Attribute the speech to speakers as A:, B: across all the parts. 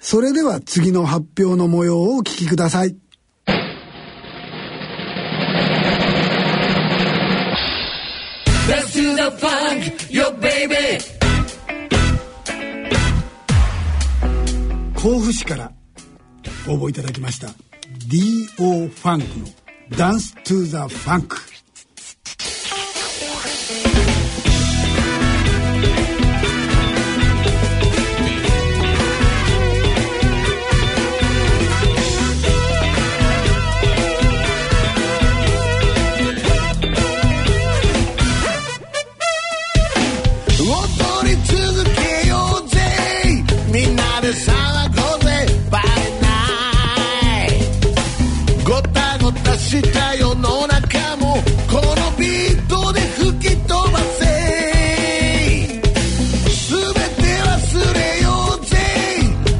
A: それでは次の発表の模様をお聞きください。
B: Let's do the funk, yo baby.
A: 甲府市から応募いただきました DO ファンクの「ダンス・トゥ・ザ・ファンク」
B: 踊り続けようぜみんなで騒ごうぜバレないごたごたした世の中もこのビートで吹き飛ばせ全て忘れようぜ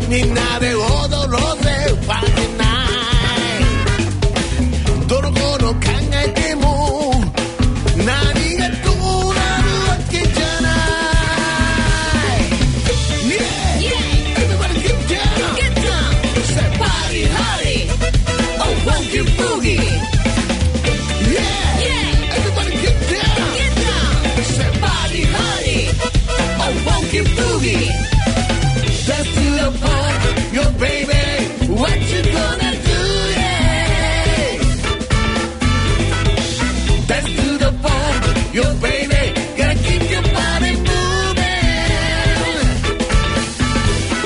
B: みんなで踊ろうぜバレないどの子の考えても何がどうなるわけじゃない Yeah! Everybody get down! Get down! It's that party, party! Oh, funky boogie! Yeah! Yeah! Everybody get down! Get down! It's that party, party! Oh, funky boogie! That's to the park, yo baby! What you gonna do, yeah? Dance to the funk, yo baby. Gotta keep your body moving.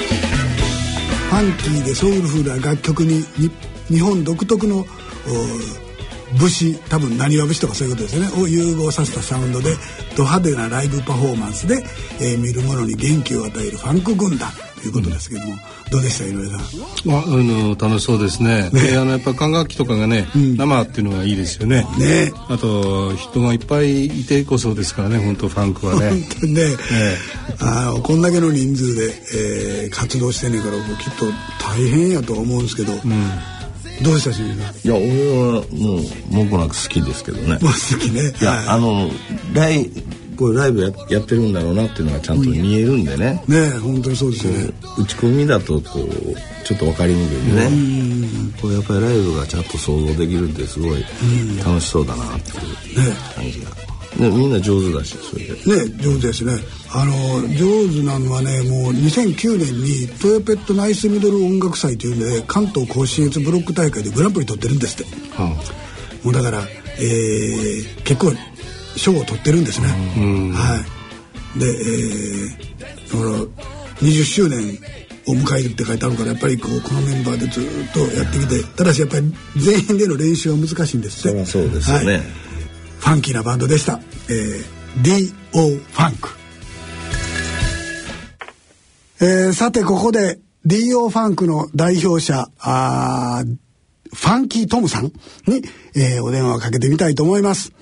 A: ファンキーでソウル風な楽曲にに日本独特のお武士多分なにわ節とかそういうことですよねを融合させたサウンドでド派手なライブパフォーマンスで、えー見る者に元気を与えるファンク軍団ということですけども、どうでした井上さん
C: まあ、あの楽しそうですねであのやっぱ管楽器とかがね、生っていうのがいいですよね
A: ね
C: あと人がいっぱいいてこそですからね本当ファンクはね
A: 本当にね、
C: え
A: あのこんだけの人数で、えー活動してんねえからもうきっと大変やとは思うんですけど、どうでした清水さん
D: いや俺はもう文句なく好きですけど ね
A: もう好きね
D: いや、
A: はい
D: あのライこれライブややってるんだろうなっていうのがちゃんと見えるんでね、
A: ねえ本当にそうですよね、
D: 打ち込みだとこうちょっと分かりにくいんでね、これやっぱりライブがちゃんと想像できるってすごい楽しそうだなっていう感じが、でみんな上手だしそれで
A: ね、上手ですねあの上手なのはねもう2009年にトヨペットナイスミドル音楽祭というので関東甲信越ブロック大会でグランプリ取ってるんですってもうだから、えー結構賞を取ってるんですねはいで、えー、だから20周年を迎えるって書いてあるからやっぱりこうこのメンバーでずっとやってきてただしやっぱり全員での練習は難しいんですっ
D: り
A: て
D: ゃそうですよね
A: はいファンキーなバンドでした。えー、D.O. ファンク。えー、さてここで D.O. ファンクの代表者、あーファンキートムさんに、えーお電話をかけてみたいと思います。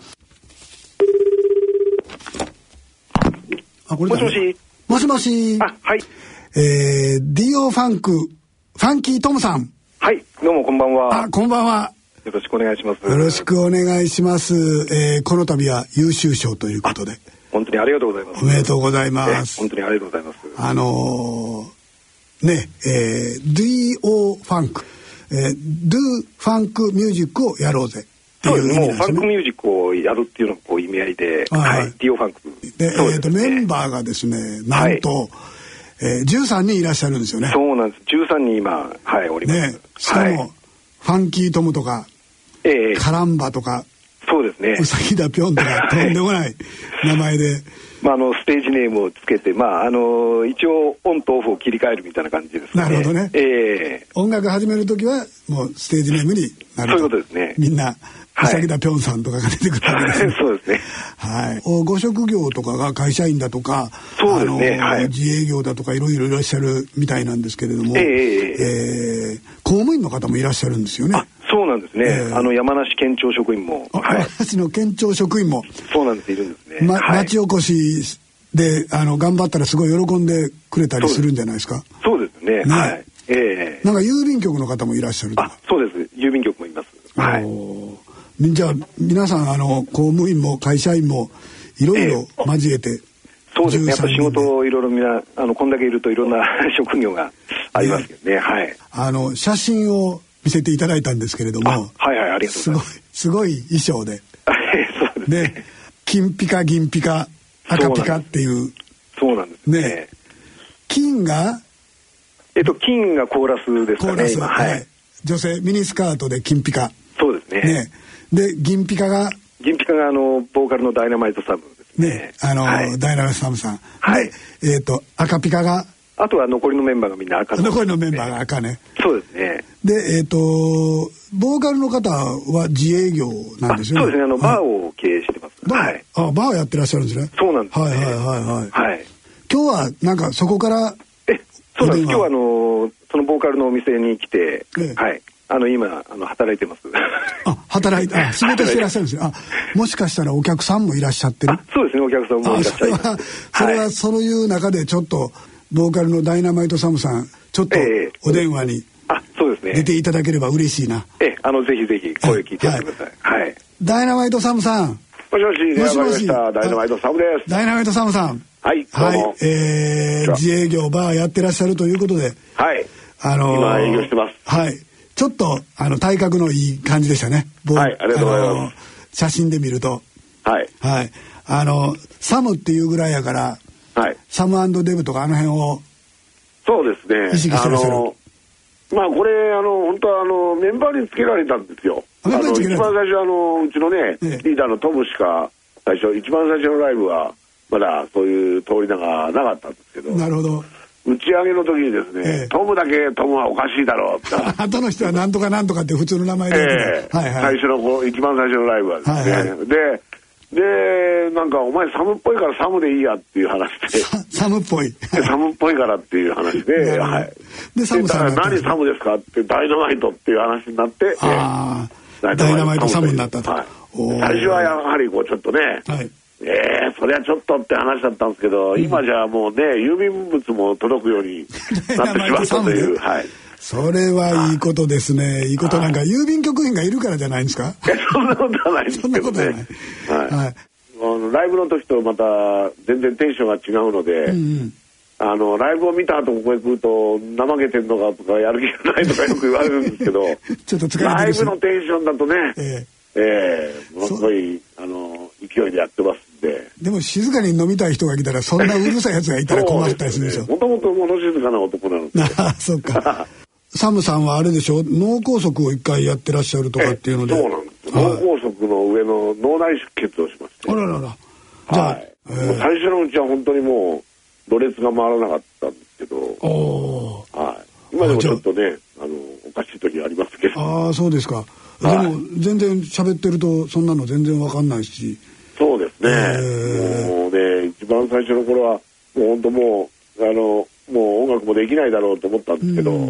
A: あ、これだね
E: もしもし。
A: もしもし。
E: あ、はい。
A: えー、D.O. ファンク、ファンキートムさん。
E: はい。どうもこんばんは
A: あ、。こんばんは。
E: よろしくお願いします。
A: よろし。くお願いします。えーこの度は優秀賞ということで、
E: 本当にありがとうございま
A: お
E: す。
A: めでとうございま
E: え
A: す
E: 本。当にありがとうございます。
A: あのーね、えー、DO ファンク、えー、Do ファンクミュージックをやろうぜってい
E: そう
A: う
E: です
A: 意
E: ね。
A: 味
E: もうフ
A: なん
E: ァ
A: で
E: ン
A: すね。
E: クミュージックをやるっていうのがこう意味合いで、
A: はい
E: はい。ディオファンク。
A: で、えーと、メン
E: バ
A: バーがですね、なんと、えー13人いらっしゃるんですよね。
E: そうなんです。13人今、はい、おります。
A: ね、しかも、
E: はい、
A: ファンキートムとか、
E: ええ
A: カランバとか、
E: そうですね
A: ウ。サギだぴょんとか、 とんで もない名前で、
E: まあ、あの、ステージネームをつけて、まあ、あの、一応、オンとオフを切り替えるみたいな感じですね。
A: なるほどね
E: ええ
A: 音楽始める時はもうステージネームになる
E: そういうことですね
A: みんな
E: は
A: う
E: い
A: さぎだぴょんさんとかが出てくるわけですね
E: そうですね
A: はいおご職業とかが会社員だとか
E: そうですね
A: あの
E: はい
A: 自営業だとかいろいろいらっしゃるみたいなんですけれども、
E: ええ
A: えー公務員の方もいらっしゃるんですよね
E: あ、そうなんですね。
A: ええ
E: あの、山梨県庁職員も、
A: あ
E: はい。
A: 私の県庁職員も、
E: そうなんです、いるんですね。
A: ま
E: はい
A: 町おこしであの頑張ったらすごい喜んでくれたりするんじゃないですか
E: そうです
A: ね
E: ね。はい。ええ
A: なんか郵便局の方もいらっしゃるとか
E: あ、そうです。郵便局もいます。はい。
A: おーじゃあ皆さんあの公務員も会社員もいろいろ交えて、
E: そうですね。やっぱ
A: 13
E: 仕
A: 人で
E: 事をいろいろみんな、あの、こんだけいるといろんな 職業がありますけどね、はい。
A: あの写真を見せていただいたんですけれども
E: あはいはいありがとうございます
A: すごいすごい 衣装で
E: そうです
A: で金ピカ銀ピカ赤ピカっていう
E: そうなんですね。
A: ね金が
E: えっと、金がコーラスです
A: コ
E: か
A: ー
E: ね、
A: ラス、
E: 今。はい。
A: はい女性ミニスカートで金ピカ
E: そうですね。
A: ねで銀ピカが
E: 銀ピカが、あの、ボーカルのダイナマイトサムですね。
A: ねあの、
E: はい
A: ダイナマイトサムさん、
E: はい
A: でえっ、と赤ピカが
E: あとは残りのメンバーがみんな赤なんです
A: 残りのメンバーが赤ね
E: そうですね。
A: でえっ、とボーカルの方は自営業なん
E: あ
A: ですよね
E: そうですね、あの、
A: はい
E: バーを経営してます。
A: バー、
E: はい。
A: あバーやってらっしゃるんですね
E: そうなんですね
A: はいはいはいはい、
E: はい。
A: 今日はなんかそこから
E: え、そうなんです。
A: 今
E: 今日は、あの、そのボーカルのお店に来て
A: ええ、
E: はい。あの、今、あの、働いてます。
A: あ働いてあ仕事してらっしゃるんですねあもしかしたらお客さんもいらっしゃってる
E: あ、そうですね、お客さんもいらっし
A: そ
E: ゃ
A: れ
E: います
A: は。それ
E: は
A: はいそういう中でちょっとボーカルのダイナマイトサムさんちょっと
E: ええ
A: お電話に
E: あ、そうですね。
A: 出ていただければ嬉しいな
E: ええ、あの、ぜひぜひ声聞いてやってください。はい。
A: ダイナマイトサムさん
E: もしもし、電
A: も
E: 話
A: し
E: が
A: も
E: りま
A: し
E: した。ダイナマイトサムです。
A: ダイナマイトサムさん
E: はい、どう
A: は
E: も
A: い。えー
E: こんにち
A: 自営業バーやってらっしゃるということで
E: はい。
A: あのー
E: 今営業してます
A: はいちょっとあの体格のいい感じでしたね僕
E: はいありがとうございます
A: あのー写真で見ると
E: はい。
A: はいあのサムっていうぐらいやから
E: はい。
A: サムデブとかあの辺を
E: そうですね。
A: 意識してらっしゃる
E: あの、まあこれ、あの、本当はあの、メンバーにつけられたんですよ。
A: あ
E: あ
A: メンバー
E: の、
A: につけ
E: 一
A: られた
E: 番最初、あの、うちのね、
A: ええ
E: リーダーのトムしか、最初、一番最初のライブは、まだそういう通り名がなかったんですけど、
A: なるほど
E: 打ち上げの時にですね、
A: ええ
E: トムだけトムはおかしいだろうって。
A: 後の人はなんとかなんとかって普通の名前でやって
E: ええ
A: た、はいは
E: 最
A: い
E: 初のこう一番最初のライブはですね、
A: はいは
E: ででなんかお前サムっぽいからサムでいいやっていう話 で
A: サムっぽい
E: でサムっぽいからっていう話で、
A: なるほど
E: はい、
A: でサムさん
E: でだから
A: に
E: 何
A: な
E: サムですかってダイナマイトっていう話になって
A: ああ
E: ええ
A: ダイナマイトサムになったと、
E: はい
A: おー
E: 最初はやはりこうちょっとね、
A: はい
E: ええそりゃちょっとって話だったんですけど、今じゃもうね郵便物も届くようにな ってしまったという、
A: ダイナマイトサム
E: はい、
A: それはいいことですねいいことなんか郵便局員がいるからじゃないんですか
E: えそんなことはないです
A: そんな
E: け
A: こ
E: ど
A: とはない
E: ね。はい
A: はい
E: あのライブの時とまた全然テンションが違うので、
A: うん
E: あのライブを見た後ここへ来ると怠けてんのかとかやる気がないとかよく言われるんですけど
A: ちょっと疲れてるし
E: ライブのテンションだとね
A: え
E: ええものすごいあの勢いでやってますんで。
A: でも静かに飲みたい人が来たらそんなうるさいやつがいたら困ったりするでしょ
E: もともと物静かな男なので
A: ああそっかサムさんはあれでしょ脳梗塞を一回やってらっしゃるとかっていうので
E: そうなんですよ
A: はい
E: 脳梗塞の上の脳内出血をしまして
A: あらららじゃあ、
E: はい
A: え
E: もう
A: ー
E: 最初のうちは本当にもう、ろれつが回らなかったんですけど、
A: おー
E: はい、今でもちょっとね、あのおかしい時はありますけど、
A: ああそうですか、
E: はい
A: でも全然喋ってるとそんなの全然わかんないし
E: そうです
A: へ
E: ね、
A: ー
E: もうね、一番最初の頃は、もう本当もう、あのもう音楽もできないだろうと思ったんですけど、
A: うん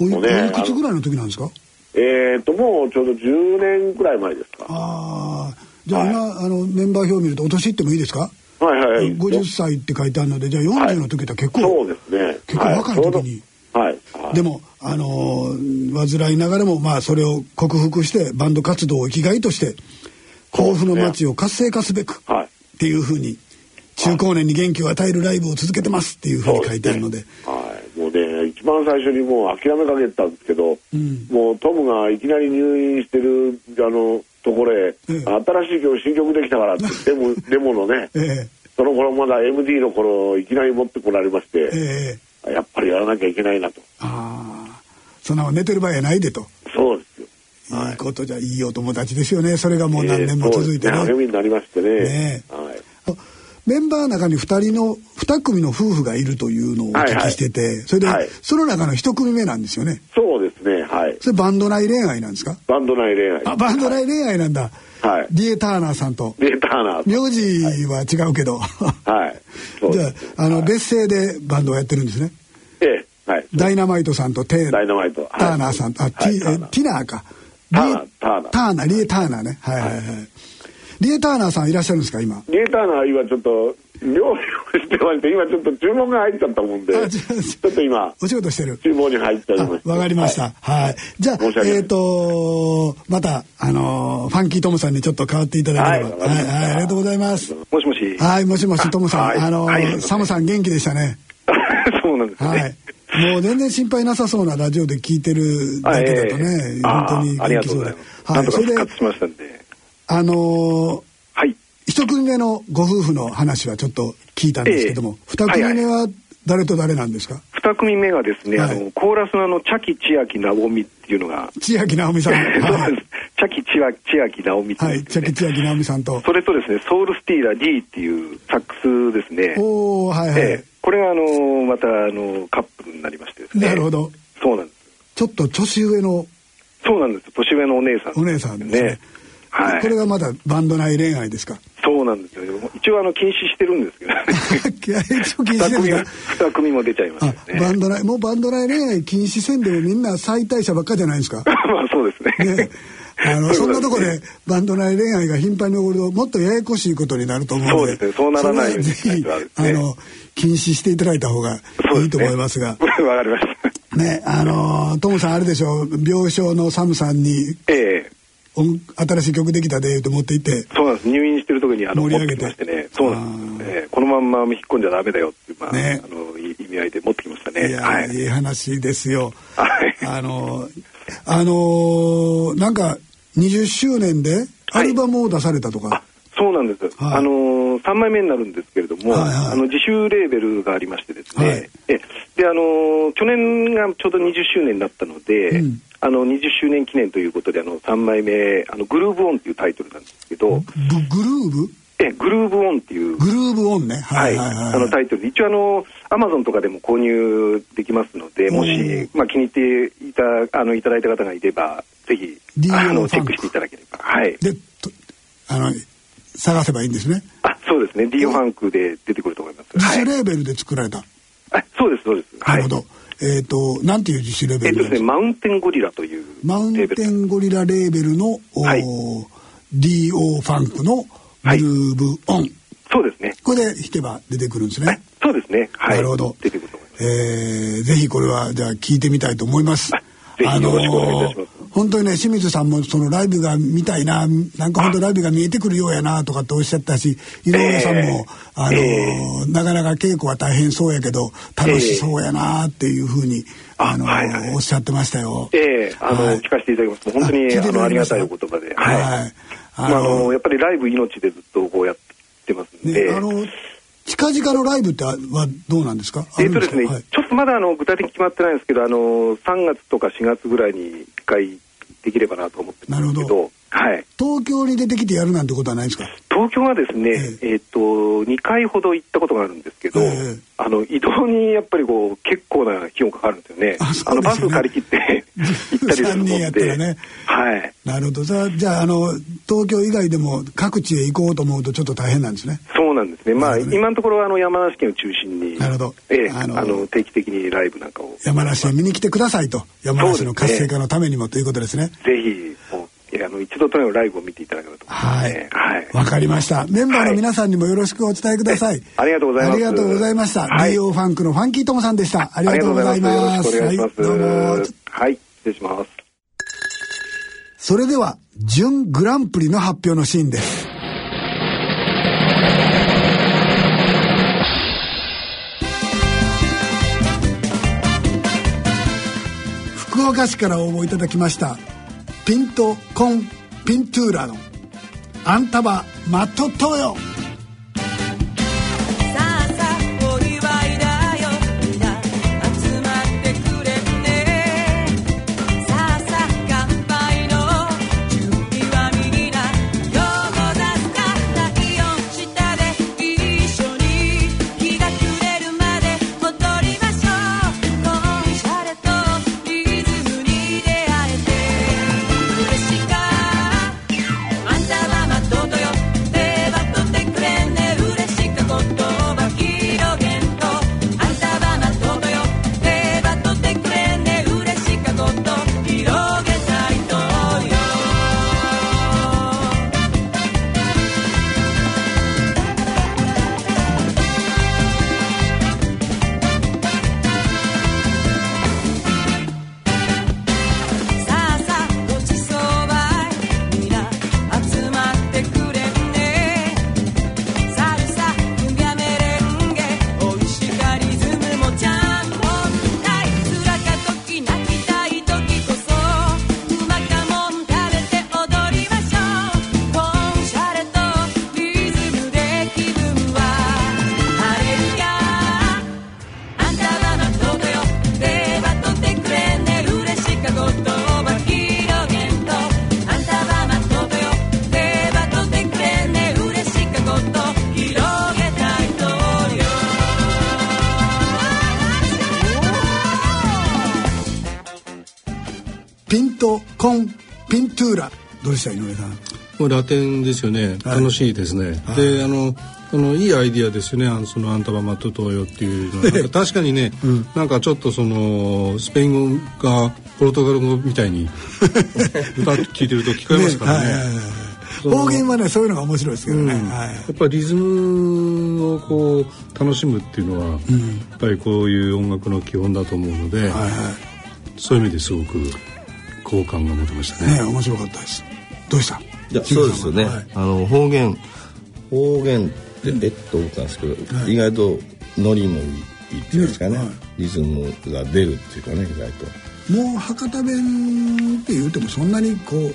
A: おい
E: もうね
A: おいくつぐらいの時なんですか
E: えっ、と、もうちょうど10年くらい前ですか。
A: ああじゃあ今、あのメンバー表を見るとお年いってもいいですか、
E: はいはい、
A: 50歳って書いてあるのでじゃあ40の時とは結構、
E: そうですね。
A: 結構若い時に
E: はい、ちょうどはい、はい
A: でも、あのー患いながらも、まあ、それを克服して、バンド活動を生きがいとして、甲府の街を活性化すべく、
E: はい
A: っていうふうに、中高年に元気を与えるライブを続けてますっていうふうに書いてあるので、
E: はい、もうね、一番最初にもう諦めかけてたんですけど、
A: ん
E: もうトムがいきなり入院してるあのところへ、
A: ええ
E: 新しい今日新曲でき たからって、デモデモのね、
A: え
E: その頃まだ MD の頃いきなり持ってこられまし
A: ええ
E: て、
A: えええ
E: やっぱりやらなきゃいけないなと、
A: ああ、そんなもん寝てる場合やないでと。
E: そうですよ。
A: いいことじゃいいお友達ですよね。それがもう何年も続いて
E: ええ
A: ね。
E: そうです励みになりましてね。
A: ねえ
E: はい
A: メンバーの中に2人の2組の夫婦がいるというのをお聞きしてて、それで、
E: はい
A: その中の1組目なんですよね
E: そうですね、はい。
A: それバンド内恋愛なんですか
E: バンド内恋愛。
A: あバンド内恋愛なんだ、
E: はい
A: リエ・ターナーさんと
E: データーナー
A: 名字は違うけど、
E: はい。そう
A: じゃ
E: で
A: あ
E: す
A: あの、
E: はい
A: 別姓でバンドをやってるんですね
E: ええ、はい。
A: ダイナマイトさんとテー
E: ダイナマイトはい
A: ターナーさんとあ、ティ
E: はい
A: えティナーか
E: ターナーターナー
A: ターナーリエ・ターナーねはいはいはい、リエ・ターナーさんいらっしゃるんですか今
E: リエターの今ちょっと料理をしてまして今ちょっと注文が入っちゃったもんで
A: あ違う違う
E: ちょっと今
A: お仕事してる
E: 注文に入っちゃいました
A: わかりました。
E: はい
A: はい。じゃあ
E: 申し、訳ない
A: えっ、と、また、あのーファンキートムさんにちょっと変わっていただければ。
E: はいわかりました
A: はい、ありがとうございます。
E: もしもし
A: はい、もしもし、トムさん、
E: はい
A: あのー
E: はい
A: サムさん元気でしたね。
E: そうなんですね、
A: はいもう全然心配なさそうなラジオで聞いてるだけだとね、
F: あ
A: 本当に
F: ああり
A: 元
F: が
A: 気
F: とう
A: そ
F: ご
A: うでは
F: ざいます。ないんとか
A: それ
F: 復
A: で
F: 活しましたんで。
A: あのー
F: はい。
A: 一組目のご夫婦の話はちょっと聞いたんですけども、
F: ええ
A: 二組目は誰と誰なんですか、
F: 二組目がですね、
A: はい
F: あの、コーラスのあの、チャキチアキナオミっていうのが、
A: 千秋直美さんは
F: そう
A: い
F: ですチャキチアチアキナオミって
A: はいい、
F: う
A: 千秋千秋直美さんと
F: それとですね、ソウルスティーラー D っていうサックスですね。
A: おおはいはい、
F: ええこれが、あの、また、あの、カップルになりましてですね。
A: なるほど
F: そうなんです。
A: ちょっと年上の
F: そうなんです。年上のお姉さん、
A: お姉さんですね
F: はい。
A: これがまだバンド内恋愛ですか
F: そうなんですよ。一応あの禁止してるんですけど、ね、
A: 一応 禁止で
F: 二
A: す
F: 組も
A: が
F: 二組も出ちゃいま
A: あ
F: したね。
A: バンド内もうバンド内恋愛禁止せんでもみんな最大者ばっかじゃないですか
F: まあそうですね。
A: ねあのそ
F: そ
A: んな
F: うで
A: と
F: すね
A: こでバンド内恋愛が頻繁に起こるともっとややこしいことになると思うので
F: そうですねそうならないように
A: それはぜひ
F: はいそうです
A: あ
F: ね
A: の禁止していただいた方が
F: そうですね
A: いいと思いますが
F: わかりました。
A: ねあのトムさんあれでしょう病床のサムさんに
F: ええ
A: 音新しい曲できたでって持っていって
F: そうなんです。入院してる時にあの
A: 盛り
F: 持
A: 上げ
F: っ
A: て
F: てきましてね。そうなんです、ええこのまんま引っ込んじゃダメだよっていうまあ、
A: ね
F: あのい意味合いで持ってきました
A: い
F: ね。
A: や、、
F: はいい。
A: い話ですよ。
F: はい
A: あの、あのーなんか、20周年でアルバムを出されたとか、
F: あそうなんです、
A: はい
F: あのー、3枚目になるんですけれども、
A: はいはい
F: あの自主レーベルがありましてですね、
A: はい
F: えであのー去年がちょうど20周年だったので、
A: うん
F: あの20周年記念ということであの3枚目あの「グルーブオン」っていうタイトルなんですけど
A: ブ
F: 「
A: グルーブ
F: えグルーブオン」っていう、
A: グルーブオンね。は
F: はいい
A: はいはい。
F: あのタイトルで一応あのアマゾンとかでも購入できますのでもし、まあ、気に入っていたあのいただいた方がいればぜひ
A: DL
F: あの
A: フ
F: チ
A: ァン
F: ェッ
A: ク
F: クしていただければはい
A: で、とあの、探せばいいんですね。
F: あそうですね D ファンクで出てくると思います、
A: 自
F: は
A: 主
F: い
A: レーベルで作られた。
F: あそうです、そうです。
A: な
F: は
A: る
F: い
A: ほ。ど。えっ、と、なんていう自主レー
F: え
A: ベ
F: っと
A: ル
F: ですね、マウンテンゴリラという
A: マウン
F: レーベ
A: テ
F: ル
A: ンゴリラレーベルの、おー
F: はい
A: DO ファンクのグルーブオン。
F: そうですね。
A: これで弾けば出てくるんですね。
F: そうですね。はい。
A: なるほど。
F: 出てくると思います。
A: えーぜひこれはじゃあ聞いてみたいと思い ます。
F: ぜひよろしくお願いいたします
A: あのー本当にね清水さんもそのライブが見たいななんか本当ライブが見えてくるようやなとかっておっしゃったし井上さんも、あのーなかなか稽古は大変そうやけど楽しそうやなっていうふうに、
F: あ
A: あのー
F: はいはい
A: おっしゃってましたよ。
F: ええあの、
A: はい
F: 聞かせていただきます。本当に、
A: あ聞いて
F: あ
A: いた
F: の、
A: だ
F: あ
A: き
F: り
A: ま
F: が
A: した
F: たいお言葉で。
A: はい
F: はい。
A: あの
F: あの、あのやっぱりライブ命でずっとこうやってますんで。
A: ねあのー近々のライブってあはどうなんですかあ
F: え
A: る
F: っ
A: ん
F: と
A: で
F: ですす
A: か
F: ね、
A: はい
F: ちょっとまだあの具体的に決まってないんですけど、あの3月とか4月ぐらいに一回できればなと思ってます
A: な
F: け
A: るほ
F: ど、はい、
A: 東京に出てきてやるなんてことはないですか
F: 東京はですね、えっと2回ほど行ったことがあるんですけど、
A: ええ
F: あの移動にやっぱりこう結構な費用がかかるんですよね。
A: あ
F: あ
A: そう
F: の
A: で
F: バ
A: すよね
F: ス借り切って 行ったりするも
A: 三
F: ん
A: 人やったら
F: で、
A: ね
F: はい。
A: なるほどさあじゃああの東京以外でも各地へ行こうと思うとちょっと大変なんですね
F: そうなんですね。ま
A: な
F: あ
A: るほどね
F: 今のところはあの山梨県を中心に、
A: なるほど
F: ええ
A: あ
F: あ
A: の
F: の定期的にライブなんかをぜ
A: 山梨へ見に来てくださいと山梨の活性化のためにもということですね
F: ひもういやあの一度とにかくライブを見ていただければと思います、
A: は
F: ね
A: い。
F: はい。
A: わかりましたメンバーの皆さんにもよろしくお伝えください、
F: えありがとうございます
A: ありがとうございました、
F: はい
A: DO ファンクのファンキーともさんでしたありがとうございます
F: ありがとうございますよろしくお
A: はい
F: 願
A: ど
F: い
A: も
F: うします。はい、失礼します。
A: それでは準グランプリの発表のシーンです福岡市から応募いただきましたピントコンピントゥーラのあんたばマトトよ
G: さあさあお祝いだよみんな集まってくれねさあさあ乾杯の準備はみんなどうだった体温下で一緒に日が暮れるまで戻りましょうコンシャレとリズムに出会えて嬉しかったあんたはまっとうとよレバーとテク
A: ピントコンピントゥーラどうでした井上さん
C: もうラテンですよね、
A: はい
C: 楽しいですね、であのあのいいアイディアですよねあのそのアンタバマと東洋っていうのはなんか確かにね、なんかちょっとそのスペイン語がポルトガル語みた いに歌聞いてると聞こえますからね
A: はいはいはい
C: その
A: 方言はねそういうのが面白いですけどね、
C: うん
A: はい
C: やっぱりリズムをこう楽しむっていうのは、やっぱりこういう音楽の基本だと思うの
A: は
C: で、
A: い
C: そういう意味ですごく好感が持てました
A: はい
C: ね
A: ね面白かったですどうでした
D: いやそうですよね、
A: はい
D: あの方言方言ってえっと思ったんですけど、意外とノリもいいっていうんですかね、
A: はい
D: リズムが出るっていうかね意外と
A: もう博多弁って言うてもそんなにこう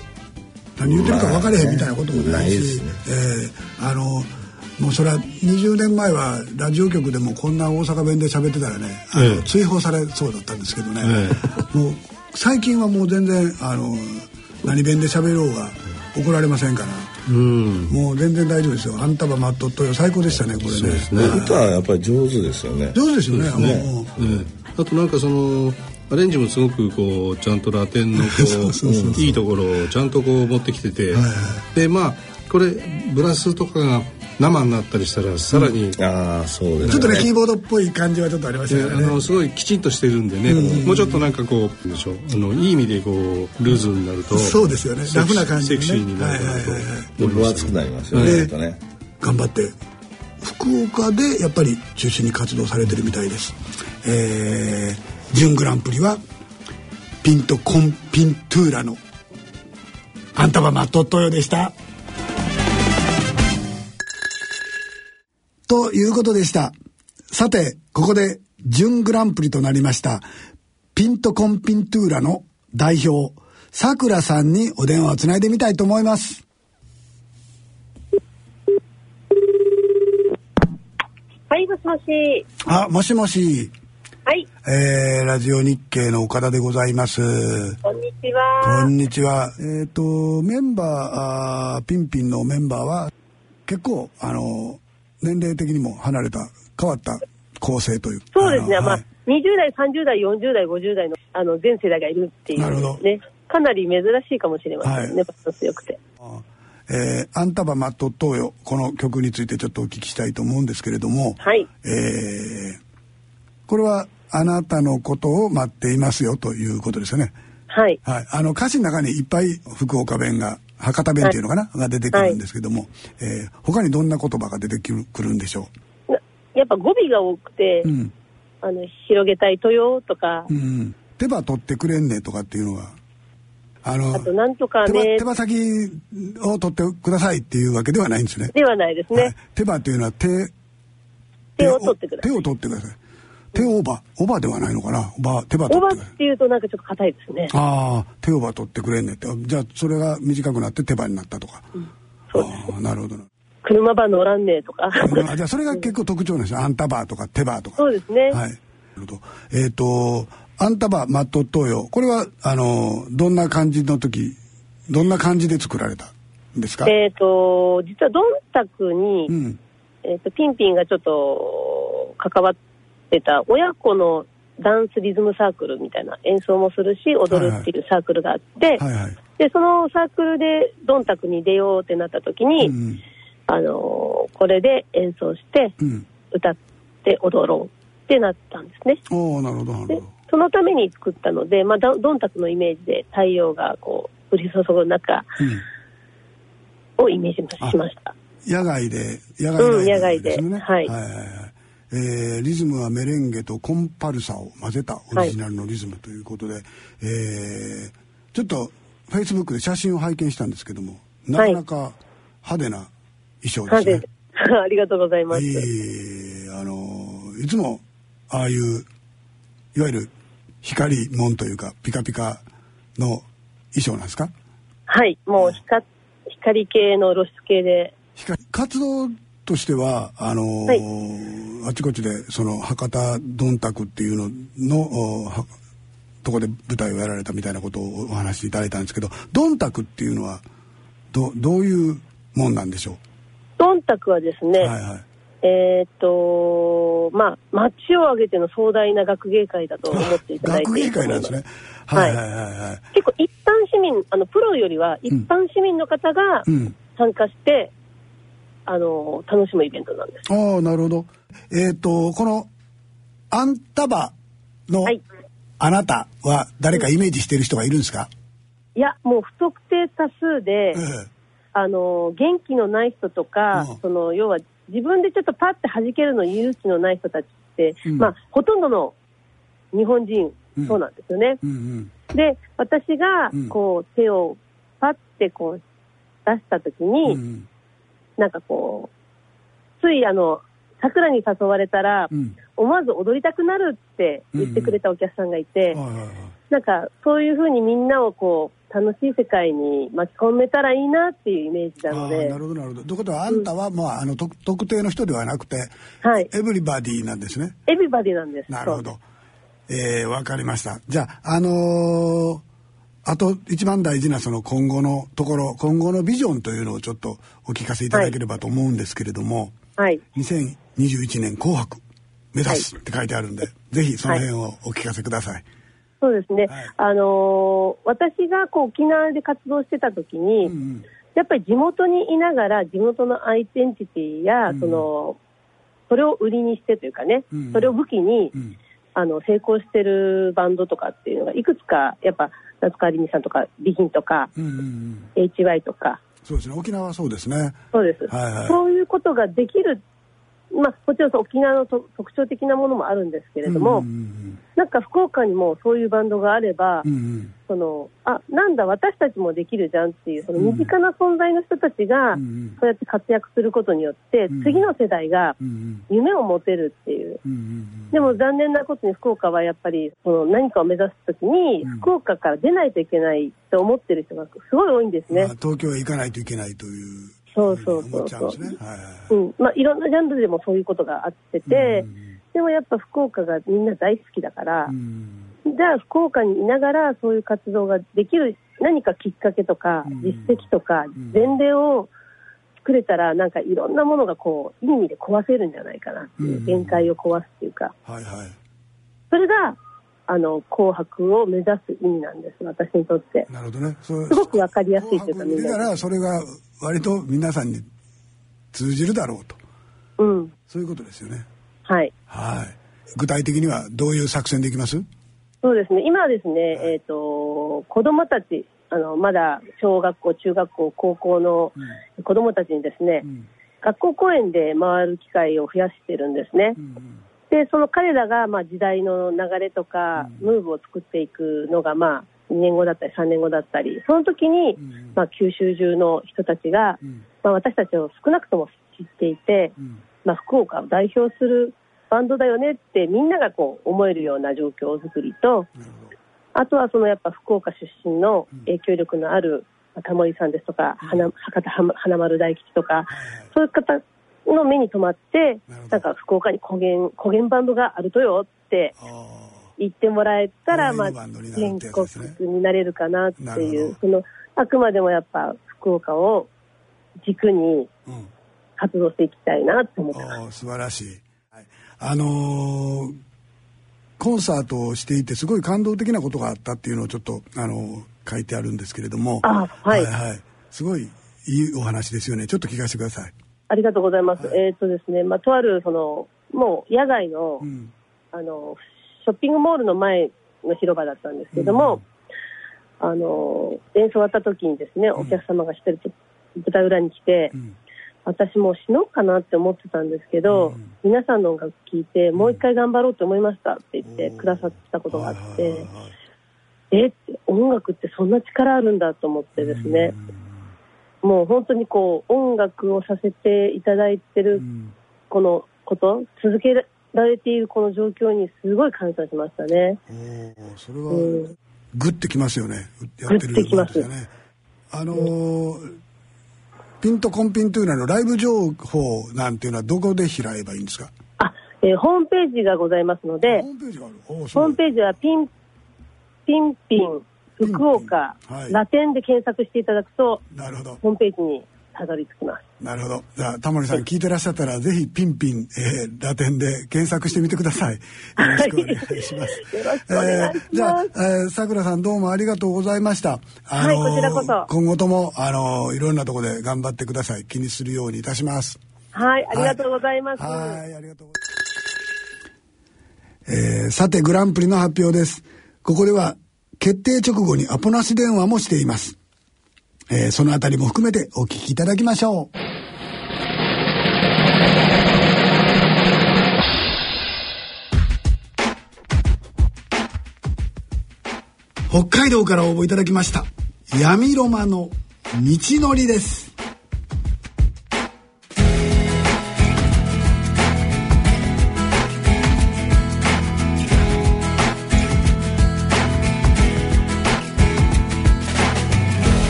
A: 何言ってるか分かれへんみたいなこともないし、
D: まあね
A: えーあのもうそれは20年前はラジオ局でもこんな大阪弁で喋ってたらね、あの
C: ええ
A: 追放されそうだったんですけどね、
C: え
A: もう最近はもう全然あの何弁で喋ろうが怒られませんから、
C: うん
A: もう全然大丈夫ですよあんたばマットとよ最高でしたねこれね
C: そうですね
A: はい
D: 歌はやっぱり上手ですよね
A: 上手ですよねもう
C: ええあとなんかそのアレンジもすごくこうちゃんとラテンのこ
A: そうそうそう
C: ういいところをちゃんとこう持ってきてて、
A: はい
C: でまあこれブラスとかが生になったりしたらさらに、え
D: ああそうです
A: ちょっとねキーボードっぽい感じはちょっとありました
C: え
A: か
C: あ
A: らね
C: のすごいきちんとしてるんでね、もうちょっとなんかこうなんでしょうあのいい意味でこうルーズになると
A: そうですよね
C: セクシー
A: ラフな感じの
C: セ
A: ね
C: クシーになるかなと
A: はいはいはい
D: で分厚くなりますよね、
A: ね
D: やっぱね
A: 頑張って福岡でやっぱり中心に活動されてるみたいですえー、準グランプリはピントコンピントゥーラのあんたはマットトヨでしたということでしたさてここで準グランプリとなりましたピントコンピントゥーラの代表さくらさんにお電話をつないでみたいと思います
H: はい、もしもし。
A: あもしもし
H: はい、
A: えー、ラジオ日経の岡田でございます。
H: こんにち
A: こ
H: は。
A: んにちは。えっ、と、メンバーあー、ピンピンのメンバーは、結構、あの、年齢的にも離れた、変わった構成という。
H: そうですね、
A: あの
H: ま
A: は
H: あ
A: い、
H: 20代、30代、40代、50代の、あの、全世代がいるってい
A: なるほど
H: う、ね。かなり珍しいかもしれません
A: は
H: ね、バランス良くて。
A: えー、アンタバマと東洋、この曲についてちょっとお聞きしたいと思うんですけれども、
H: はい。
A: えー、これは、あなたのことを待っていますよということですよね。
H: はい。
A: はい、あの歌詞の中にいっぱい福岡弁が博多弁っていうのかな、が出てくるんですけども、えー他にどんな言葉が出てくるくるんでしょ
H: なやっぱ語尾が多くて
A: う、うん
H: あの、広げたいとよとか
A: う、ん手羽取ってくれんねとかっていうのがあの
H: あと、なんとか
A: 手羽
H: ね
A: 手、羽先を取ってくださいっていうわけではないんですよね
H: ではないです
A: はい
H: ね。
A: 手羽っていうのは手
H: 手を取ってくださ
A: 手
H: い。
A: を取ってください手オーバーオーバーではないのかなオーバー手羽取
H: お
A: って
H: ば
A: くだ
H: っ
A: さい
H: ていうとなんかちょっと硬いですね。
A: ああ手オーバー取ってくれんねってじゃあそれが短くなって手羽になったとか、
H: そうで
A: ああなるほどな
H: 車ば乗らんねえとか。
A: あじゃあそれが結構特徴なんですよ。アンタバーとかテバーと か。
H: そうですね。
A: はい。なるほどえっ、と、アンタバー、マット東洋。これは、あの、どんな感じの時、どんな感じで作られたんですか、
H: えっと、実はドンタクに、
A: うん。
H: えっとピンピンがちょっと関わってた親子のダンスリズムサークルみたいな演奏もするし踊るっていうサークルがあって、
A: はいはい。
H: でそのサークルでドンタクに出ようってなった時に、
A: うん。
H: あのーこれで演奏して
A: うん。
H: 歌って踊ろうってなったんですね。
A: おおなるほど、なる
H: で
A: ほど。
H: そのために作ったので、まあ、ドドンタクのイメージで太陽がこう降り注ぐ中
A: うん。
H: をイメージしました。
A: 野外で、野
H: うん
A: 外ライブ
H: 野外です
A: ね
H: はい
A: はいはいはいえーリズムはメレンゲとコンパルサを混ぜたオリジナルのリズムということで、えーちょっとフェイスブックで写真を拝見したんですけどもなかなか派手な衣装
H: は
A: で
H: い、
A: すね、
H: で ありがとうございます。
A: えーあのーいつもああいういわゆる光もんというかピカピカの衣装なんですか
H: はい、もう光光系の露出系で、
A: 光活動としてはあのー
H: はい
A: あちこちでその博多どんたくっていうののおはとこで舞台をやられたみたいなことをお話しいただいたんですけどどんたくっていうのはどどういうもんなんでしょ
H: ドンタクはです
A: う、
H: ね、
A: はいはい
H: えーっと、まあ、街を挙げての壮大な学芸会だと思っていただいて
A: 学芸会なんですね
H: は
A: はいいはいはいはい
H: 結構一民、あのプロよりは一般市民の方が
A: うん
H: 参加して、あの楽しむイベントなんです。
A: ああなるほどえっ、とこの「あんたば」の
H: はい
A: 「あなた」は誰かイメージしてる人がいるんですか、
H: いや、もう不特定多数で、
A: え
H: あの元気のない人とか、
A: うん
H: その要は自分でちょっとパッて弾けるのに勇気のない人たちって、
A: うん
H: まあ、ほとんどの日本人、
A: うん
H: そうなんですよね
A: え。うんうん
H: で、私が
A: うん
H: こう手をパッてこう出した時
A: う
H: に、
A: ん
H: なんかこう、ついあの、桜に誘われたら、
A: うん
H: 思わず踊りたくなるって言ってくれたお客さんがいて、
A: はいはいはい
H: なんかそういうふうにみんなをこう、楽しい世界に巻き込めたらいいなっていうイメージな
A: あ
H: の
A: あ
H: で
A: な、るほどなるほどということはあんたは、まあ、あの特特定の人ではなくて
H: はい。
A: エブリバディなんですね
H: エビバディなんです。
A: なるほ
H: そう。
A: どえーわ、かりましたじゃああのーあと一番大事なその今後のところ今後のビジョンというのをちょっとお聞かせいただければと思うんですけれども、
H: はい。
A: 2021年紅白目指すって書いてあるんで、ぜひその辺をお聞かせください。
H: そうですね。
A: はい
H: あのー私がこう沖縄で活動してた時に、
A: うんうん
H: やっぱり地元にいながら地元のアイデンティティや、
A: うん
H: そのそれを売りにしてというかね、
A: うん
H: それを武器に、
A: うん
H: あの成功してるバンドとかっていうのがいくつかやっぱ夏川りみさんとか美品とか、
A: うんうんうん、
H: HY とか
A: そうですね沖縄はそうですね。
H: そうです、
A: はいはい
H: そういうことができる、まあ、もちろんそう沖縄のと特徴的なものもあるんですけれども、
A: うんうん
H: なんか福岡にもそういうバンドがあれば、
A: うんうん
H: そのあなんだ、私たちもできるじゃんっていう、その身近な存在の人たちが、
A: うんうん
H: そうやって活躍することによって、
A: うん
H: 次の世代が
A: うんうん
H: 夢を持てるっていう、
A: うんうん
H: でも残念なことに福岡はやっぱり、その何かを目指すときに
A: うん、
H: 福岡から出ないといけないと思ってる人がすごい多いんです
A: ま
H: ね
A: あ、。東京へ行かないといけないという
H: そうそうそう
A: 思っちゃうんですね。はいはいは
H: うんまあ、いろんなジャンルでもそういうことがあってて、
A: うん
H: でもやっぱ福岡がみんな大好きだから
A: い。う、ん
H: じゃあ福岡にいながらそういう活動ができる何かきっかけとか
A: うん
H: 実績とか
A: ん
H: 前例を作れたらなんかいろんなものがこういい意味で壊せるんじゃないかなっていううん限界を壊すっていうか
A: はいはい。
H: それがあの紅白を目指す意味なんです私にとって
A: なるほどね。そう
H: すごくわかりやすいという
A: 紅
H: か
A: 白
H: み
A: に
H: ん
A: 出た
H: な
A: らそれが割と皆さんに通じるだろうと
H: うん
A: そういうことですよね。
H: はい
A: はい。具体的にはどういう作戦でいきます？
H: そうですね今はですねえっ、と子供たちあのまだ小学校中学校高校の子供たちにですね、
A: ん
H: 学校公演で回る機会を増やしてるんですね、でその彼らがまあ時代の流れとか、ムーブを作っていくのがまあ2年後だったり3年後だったりその時に、まあ、九州中の人たちが、まあ、私たちを少なくとも知っていて、まあ、福岡を代表するバンドだよねってみんながこう思えるような状況づくりとあとはそのやっぱ福岡出身の影響力のあるまあタモリさんですとか、花博多浜花丸大吉とか、そういう方の目に留まって
A: なるほど
H: なんか福岡に古源古源バンドがあるとよって
A: ああ。
H: 言ってもらえたら、ま
A: 古
H: あ、
A: 源バンドになる
H: 全
A: ってやつ
H: 国
A: ですね
H: になれるかなって
A: なる
H: いう、
A: ほ
H: そのあくまでもやっぱ福岡を軸に
A: うん。
H: 活動していきたいなと思ってます。
A: ああ素晴らしい、はいあのーコンサートをしていてすごい感動的なことがあったっていうのをちょっと、あのー書いてあるんですけれども
H: あはい
A: はいすごいいいお話ですよねちょっと聞かせてください、
H: ありがとうございます。
A: はい
H: えっ、とですね、まあ、とあるそのもう野外の、
A: うん
H: あのショッピングモールの前の広場だったんですけども、あの演奏終わった時にですね、お客様が一人と舞台裏に来て、
A: ん
H: 私もう死のうかなって思ってたんですけど、皆さんの音楽聴いてもう一回頑張ろうと思いましたって言ってくださったことがあって、
A: はいはいはいはい
H: えって音楽ってそんな力あるんだと思ってですね、もう本当にこう音楽をさせていただいてる
A: うん
H: このこと続けられているこの状況にすごい感謝しましたね。
A: おーそれは
H: うん
A: グッてきますよねやって
H: グ
A: る
H: ッてきます
A: バンドですよねあのーピンとコンピンというのはライブ情報なんていうのはどこで開けばいいんですか
H: あ、えーホームページがございますので
A: ホー、ムページがあるおす
H: ホ
A: ごい
H: ームページはピン、ピンピン、
A: ン
H: 福岡
A: は、い
H: ラテンで検索していただくと、
A: なるほど
H: ホームページにたどり着きます。
A: なるほど。じゃあ、タモリさん聞いてらっしゃったら、ぜひピンピン、えー、ラテンで検索してみてください。よろしくお願いします。
H: よろしくお願いします
A: えーじゃあ、えー、桜さんどうもありがとうございました。あのー
H: はいこちらこそ
A: 今後とも、あのーいろんなところで頑張ってください。気にするようにいたします。
H: はい、ありがとうございます。
A: はい、ありがとうございます。えー、さて、グランプリの発表です。ここでは、決定直後にアポなし電話もしています。えー、そのあたりも含めてお聞きいただきましょう。北海道から応募いただきました。闇ロマの道のりです。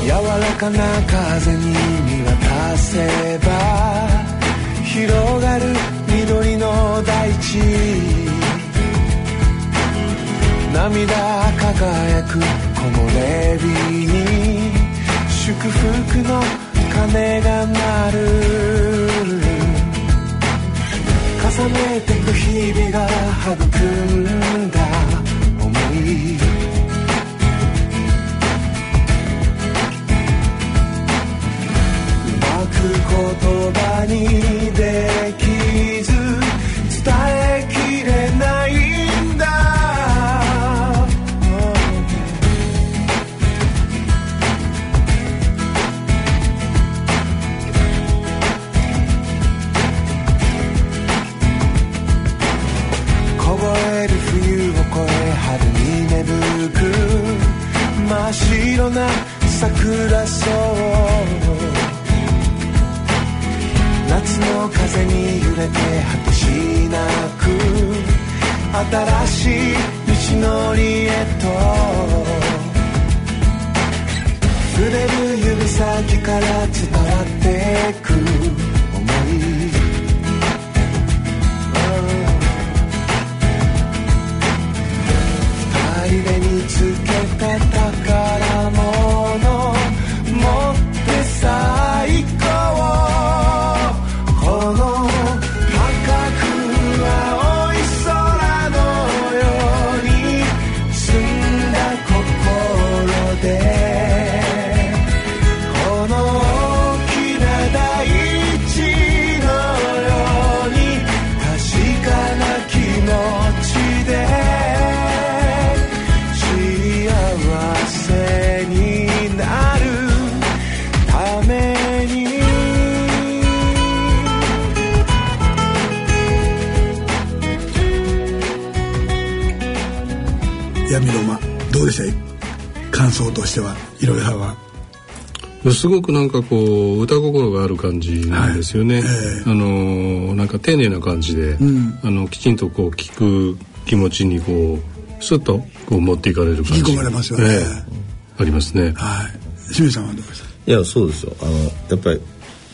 I: 柔らかな風に見渡せば広がる緑の大地涙輝く木漏れ日に祝福の鐘が鳴る重ねてく日々が育んだ思いうまく言葉にできず伝えきれないんだ凍える冬を越え春に芽吹く真っ白な桜そう夏の風に揺れて果てしなく新しい道のりへと触れる指先から伝わってく思い二人で見つけた宝物持って最高この高く青い空のように澄んだ心でこの大きな大地のように確かな気持ちで幸せになるために
A: 闇の間どうでした感想としてはいろいろは
C: すごくなんかこう歌心がある感じなんですよ
A: は
C: ね、
A: いええ
C: あのなんか丁寧な感じで、
A: ん
C: あのきちんとこう聞く気持ちにこうスッとこう持っていかれる感じ
A: 引き込まれますよね
C: ええありますね
A: はい清水さんはどうでし
D: いやそうですよあのやっぱり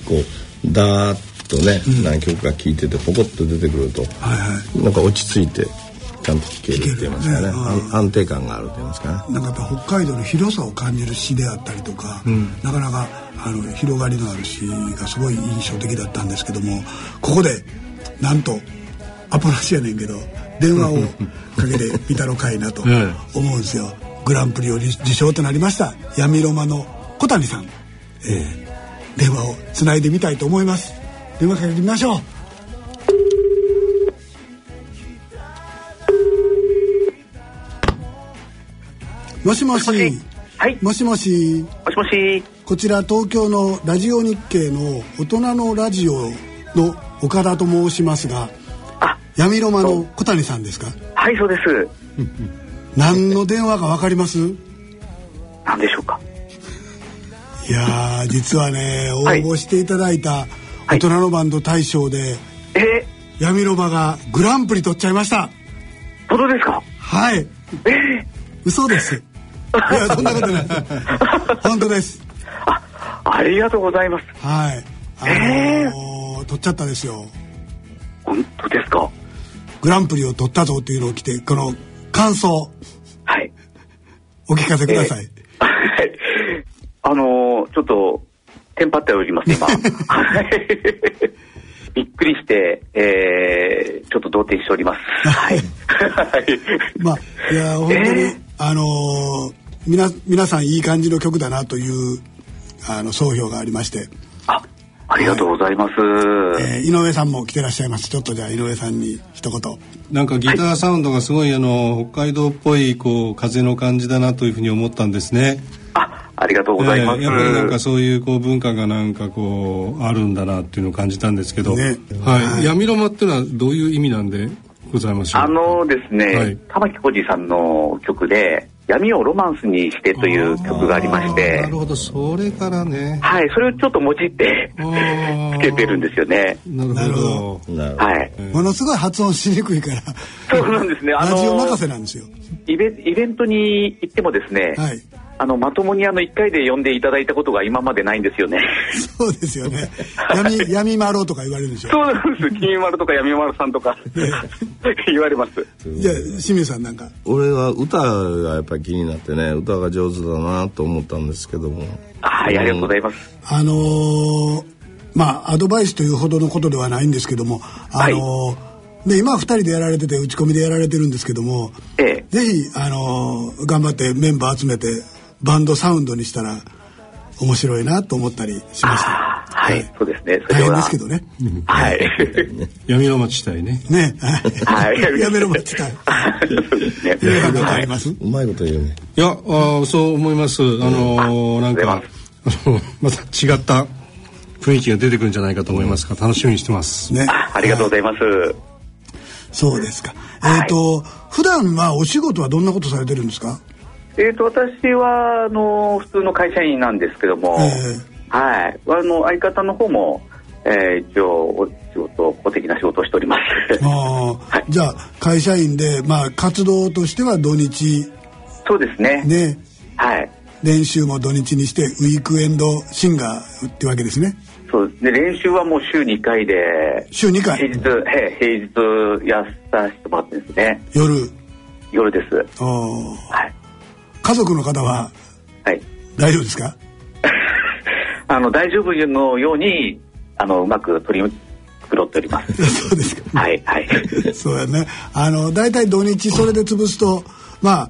D: こうダーッとね、何曲か聴いててポコッと出てくると、
A: たはいは
D: なんか落ち着いてちゃんと聴けるって言いますかね
A: 聴けるね
D: 安安定感があるって言いますか
A: い
D: ね
A: なんかやっぱ北海道の広さを感じる詩であったりとか、なかなかあの広がりのある詩がすごい印象的だったんですけどもここでなんとアポなしやねんけど電話をかけてみたのかいなと
C: え
A: 思うんですよ、グランプリを受賞となりました闇ロマの小谷さん、えー電話をつないでみたいと思います電話かけてみましょうもしもし。
J: もしもしはい
A: もしもし。
J: もしもし。
A: こちら東京のラジオ日経の大人のラジオの岡田と申しますが、
J: あ、
A: 闇ロマの小谷さんですか
J: はい、そうです。
A: 何の電話かわかりますい
J: なんでしょうか。
A: やー、実はね、応
J: はい
A: 募していただいた大人のバンド大賞で、
J: えー、
A: 闇ロマがグランプリ取っちゃいました。
J: 本当ですか
A: はい。
J: えー、
A: 嘘です。いや、そんなこと ない。本当です。
J: ありがとうございます。
A: はい。あのー取っちゃったですよ。
J: 本当ですか
A: グランプリを取ったぞっていうのを着て、この感想、
J: はい。
A: お聞かせください。
J: はいあのーちょっと、テンパっておりま す、今。はいびっくりして、えー、ちょっと動転しております。はい。
A: まあ、いや、本当に、あのー、みな、皆さんいい感じの曲だなという、あの、総評がありまして、
J: ありがとうございます。
A: えー井上さんも来てらっしゃいます。ちょっとじゃあ、井上さんに一言。
C: なんかギターサウンドがすごい、あの北海道っぽいこう風の感じだなというふうに思ったんですね。
J: ありがとうございます。
C: ええやっぱりなんかそういうこう文化がなんかこうあるんだなっていうのを感じたんですけど、はい、闇ロマっていうのはどういう意味なんでございましょう。
J: あのですね、玉置浩二さんの曲で、闇をロマンスにしてという曲がありまして、
C: なるほど、それからね。
J: はい、それをちょっともじってつけてるんですよね。
C: なるほ
J: ど。はい。
A: ものすごい発音しにくいから、
J: そうなんですね。あ
A: ラジオ
J: の
A: 任せなんですよ。
J: イベイベントに行ってもですね、
A: はい。
J: あのまともにあの1回で呼んでいただいたことが今までないんです よね。
A: そうですよ ね。闇、闇マロとか言われるんでしょ。
J: そうなんです。金丸とか闇丸さん とか言われます。
A: じゃあ、清水さんなんか。
D: 俺は歌がやっぱり気になってね歌が上手だなと思ったんですけども
J: はい、ありがとうございます。
A: あのーまあアドバイスというほどのことではないんですけども、あのーね、今は2人でやられてて打ち込みでやられてるんですけども、ぜひ、あのー頑張ってメンバー集めてバンドサウンドにしたら面白いなと思ったりしました
J: はい、そうですね。
A: 大
J: それ
A: 変で
J: は
A: すけどね
J: はい。
C: 闇の町隊ね。
A: ね
J: はい
A: はいやめろ待ち たい
C: あり
A: ます。
D: うまいこと言うね。
C: いや、あーそう思います。あのーなんか、あの また違った雰囲気が出てくるんじゃないかと思いますから、楽しみにしてます。
A: ね。
J: ありがとうございます。
A: そうですか、えっ、と普段はお仕事はどんなことされてるんですか
J: えっ、と私はあの普通の会社員なんですけども、はい、あの相方の方も、えー一応お仕事公的な仕事をしております。
A: ああ、じゃあ会社員で、まあ、活動としては土日
J: そうですね。
A: ね
J: はい。
A: 練習も土日にしてウィークエンドシンガーってわけですね
J: そうですね。練習はもう週2回で、
A: 週2回
J: 平日、ええ平日やらせてもらってるんですね。
A: 夜
J: 夜です。
A: ああ家族の方は、
J: はい、
A: 大丈夫です か
J: あの大丈夫のようにあのうまく取り繕っております。
A: そうです
J: か。はいはい。
A: そうやねあの大体土日それで潰すとまあ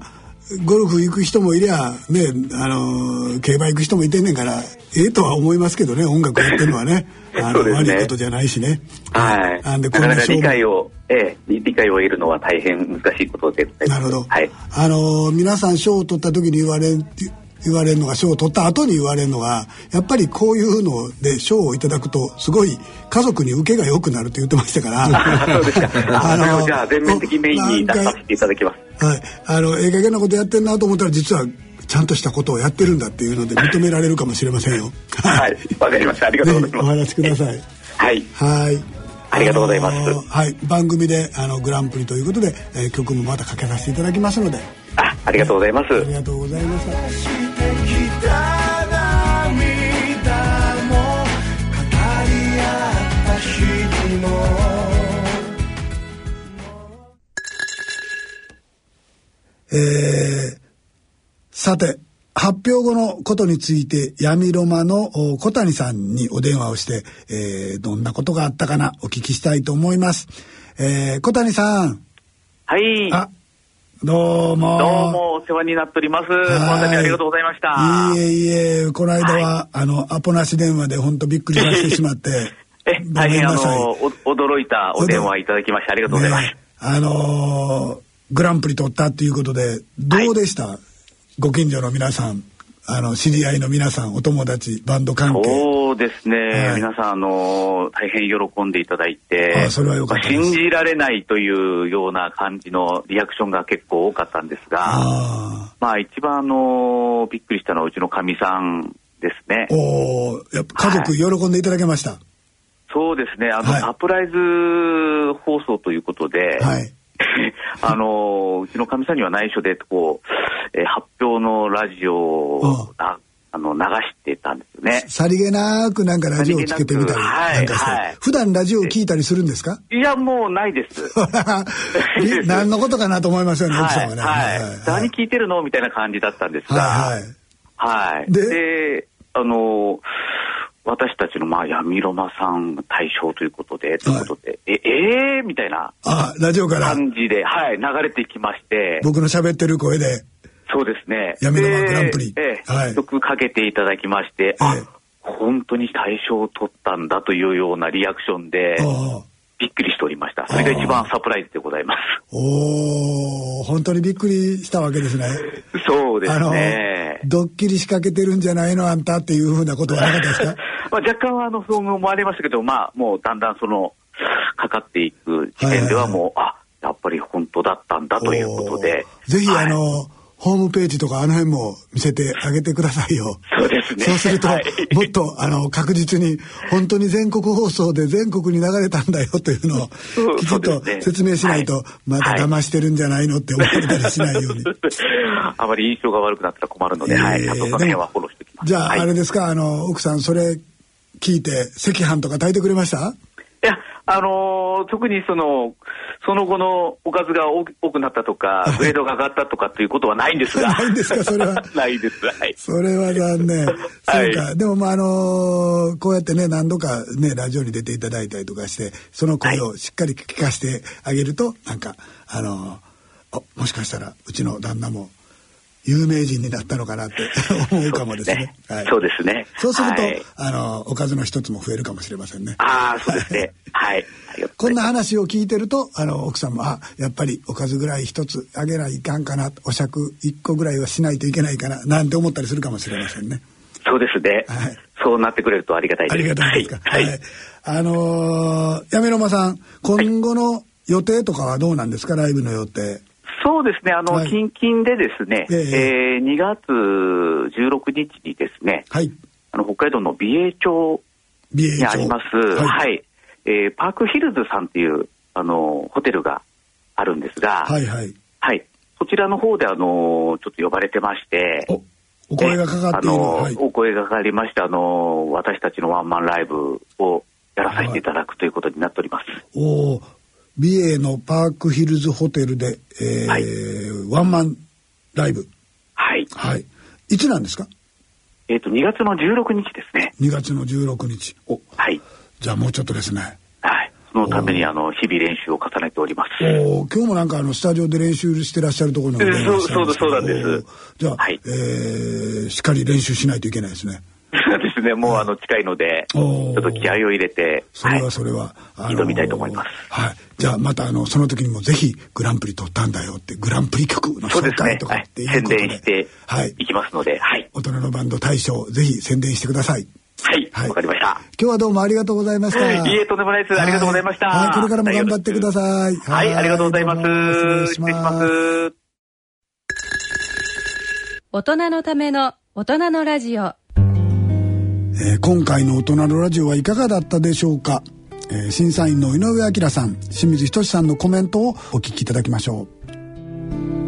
A: ゴルフ行く人もいりゃねあの競馬行く人もいてんねんからええとは思いますけどね音楽やってるのは ねあ
J: そ
A: の
J: うですね
A: 悪いことじゃないしね
J: はい。
A: あんで
J: な
A: こ
J: かな
A: んな
J: か
A: 勝負
J: 理解を、ええ、理解を得るのは大変難しいことでございま
A: な
J: す。
A: るほど
J: はい。
A: あのー皆さん賞を取った時に言われ言われるのが賞を取った後に言われるのがやっぱりこういうので賞をいただくとすごい家族に受けが良くなると言ってました から
J: そうですか。あ
A: あの
J: それをじゃあ全面的メインに出させていただきます。
A: はい、あのええ加減なことやってんなと思ったら実はちゃんとしたことをやってるんだっていうので認められるかもしれません よ。
J: はい。わかりました。ありがとうございます。
A: お話しください。
J: はい。
A: はい。
J: ありがとうございます
A: あのーはい、番組であのグランプリということで、えー曲もまたかけさせていただきますので。
J: ありがとうございます。
A: ありがとうございます。
I: た涙も語り合った日々も
A: えーさて、発表後のことについて闇ロマのお小谷さんにお電話をして、えーどんなことがあったかなお聞きしたいと思います。えー小谷さん、
J: はい。
A: あどうも。
J: どうもお世話になっております。この度ありがとうございました。
A: いえいえ、この間は、あの、アポなし電話で本当びっくりさせてしま って、
J: え、大変あの、お驚いたお電話いただきましてありがとうございます。
A: あのーグランプリ取ったっていうことで、どうでした、ご近所の皆さん、あの、知り合いの皆さん、お友達、バンド関係。
J: そうですね、皆さん、あの大変喜んでいただいて、
A: あそれは良かったです
J: まあ信じられないというような感じのリアクションが結構多かったんですが、まあ、一番、あのびっくりしたのはうちのかみさんですね。
A: おーやっぱ家族喜んでいただけました。
J: そうですね、あの、サプライズ放送ということで、 あのうちのかみさんには内緒でこう、えー発表のラジオをなあの流してたんですよね。
A: さりげなくなんかラジオをつけてみたり
J: さ
A: な
J: りげなく
A: んかして、
J: はいはい
A: 普段ラジオを聞いたりするんですか
J: いや、もうないです。
A: え何のことかなと思いますよね、奥さんはね。
J: はい、はい、何聞いてるのみたいな感じだったんですが、はい、はい
A: で
J: であの私たちの、まあ、闇ロマさん対象ということで、ということで、え、えー、みたいな
A: あラジオから
J: 感じで、はい、流れてきまして、
A: 僕の喋ってる声で
J: そうですね。
A: 闇ロマグランプリ
J: でええ曲かけていただきまして、あ、本当に大賞を取ったんだというようなリアクションで、びっくりしておりました。それが一番サプライズでございます。
A: おお本当にびっくりしたわけですね
J: そうですね。
A: ドッキリ仕掛けてるんじゃないのあんたっていうふうなことはなかったですか
J: まあ、若干はあのそう思われましたけど、まあ、もうだんだんそのかかっていく時点ではもう、あやっぱり本当だったんだということで、
A: ぜひ、あのホームページとかあの辺も見せてあげてくださいよ
J: そうですね。
A: そうすると、
J: はい
A: もっと、あの、確実に、本当に全国放送で全国に流れたんだよというのを、きちっと説明しないと、また騙してるんじゃないのって思われたりしないように。
J: あまり印象が悪くなったら困るので、はい、あとその辺はフォローして、
A: じゃあ、あれですか、あの、奥さん、それ聞いて、赤飯とか炊いてくれました
J: いや、あのー特にその、その後のおかずが多く多くなったとか、グレードが上がったとかっていうことはないんですが、
A: ないんですかそれは。
J: ないです、はい。
A: それは残念。そうか。でも、まあ、あのこうやってね、何度かね、ラジオに出ていただいたりとかして、その声をしっかり聞かせてあげると、なんか、あのあ、もしかしたら、うちの旦那も、有名人になったのかなって思うかもですね。
J: そうですね。
A: そうすると、
J: はい
A: あの、おかずの一つも増えるかもしれませんね。
J: ああ、そうですね。はい。
A: こんな話を聞いてると、あの、奥さんも、あ、やっぱりおかずぐらい一つあげないかんかな、お酌一個ぐらいはしないといけないかな、なんて思ったりするかもしれませんね。
J: そうですね。そうなってくれるとありがたいです。
A: ありがたいですか。はい。あのー、やめろまさん、今後の予定とかはどうなんですか、ライブの予定。
J: そうですね、あの、近々でですね、えー2月16日にですね、あの北海道の美瑛町にあります、はい、えーパークヒルズさんっていう、あの、ホテルがあるんですが、はい、
A: はいはい。
J: そちらの方で、あの、ちょっと呼ばれてまして、
A: お声がかか
J: あ
A: っている。
J: の、
A: はい。
J: お声がかかりまして、あの、私たちのワンマンライブをやらさせていただくということになっております。
A: おー美瑛のパークヒルズホテルで、えーワンマンライブ。
J: はい。
A: はい。いつなんですか
J: えっ、と、2月の16日ですね。
A: 2月の16日。お、
J: はい。
A: じゃあもうちょっとですね。
J: はい。そのために、あの、日々練習を重ねております。
A: おー今日もなんかあの、スタジオで練習してらっしゃるところ
J: え
A: の
J: ーそう、
A: しゃい
J: そう
A: ま
J: だ、
A: すけ
J: そう
A: ど
J: なんで
A: おー
J: す。
A: じゃあ、えーしっかり練習しないといけないですね。
J: そうですね、もう、あの、近いので、ちょっと気合を入れて、
A: それはそれは、あの
J: 挑みたいと思います。
A: はい。じゃあまたあの、その時にもぜひ、グランプリ取ったんだよって、グランプリ曲の
J: そうで
A: 紹
J: すね
A: 介と、か
J: は
A: っ
J: い
A: ていう
J: 宣
A: ことで、
J: 伝していきますので、はい。
A: 大人のバンド大賞、ぜひ宣伝してください。
J: はい、わかりました。
A: 今日はどうもありがとうございました。
J: いいえ、とんでもないです。ありがとうございました。
A: はい、これからも頑張ってください。
J: はい、ありがとうございます。失礼します。
K: 大人のための大人のラジオ
A: えー今回の大人のラジオはいかがだったでしょうか、えー審査員の井上彰さん、清水仁さんのコメントをお聞きいただきましょう。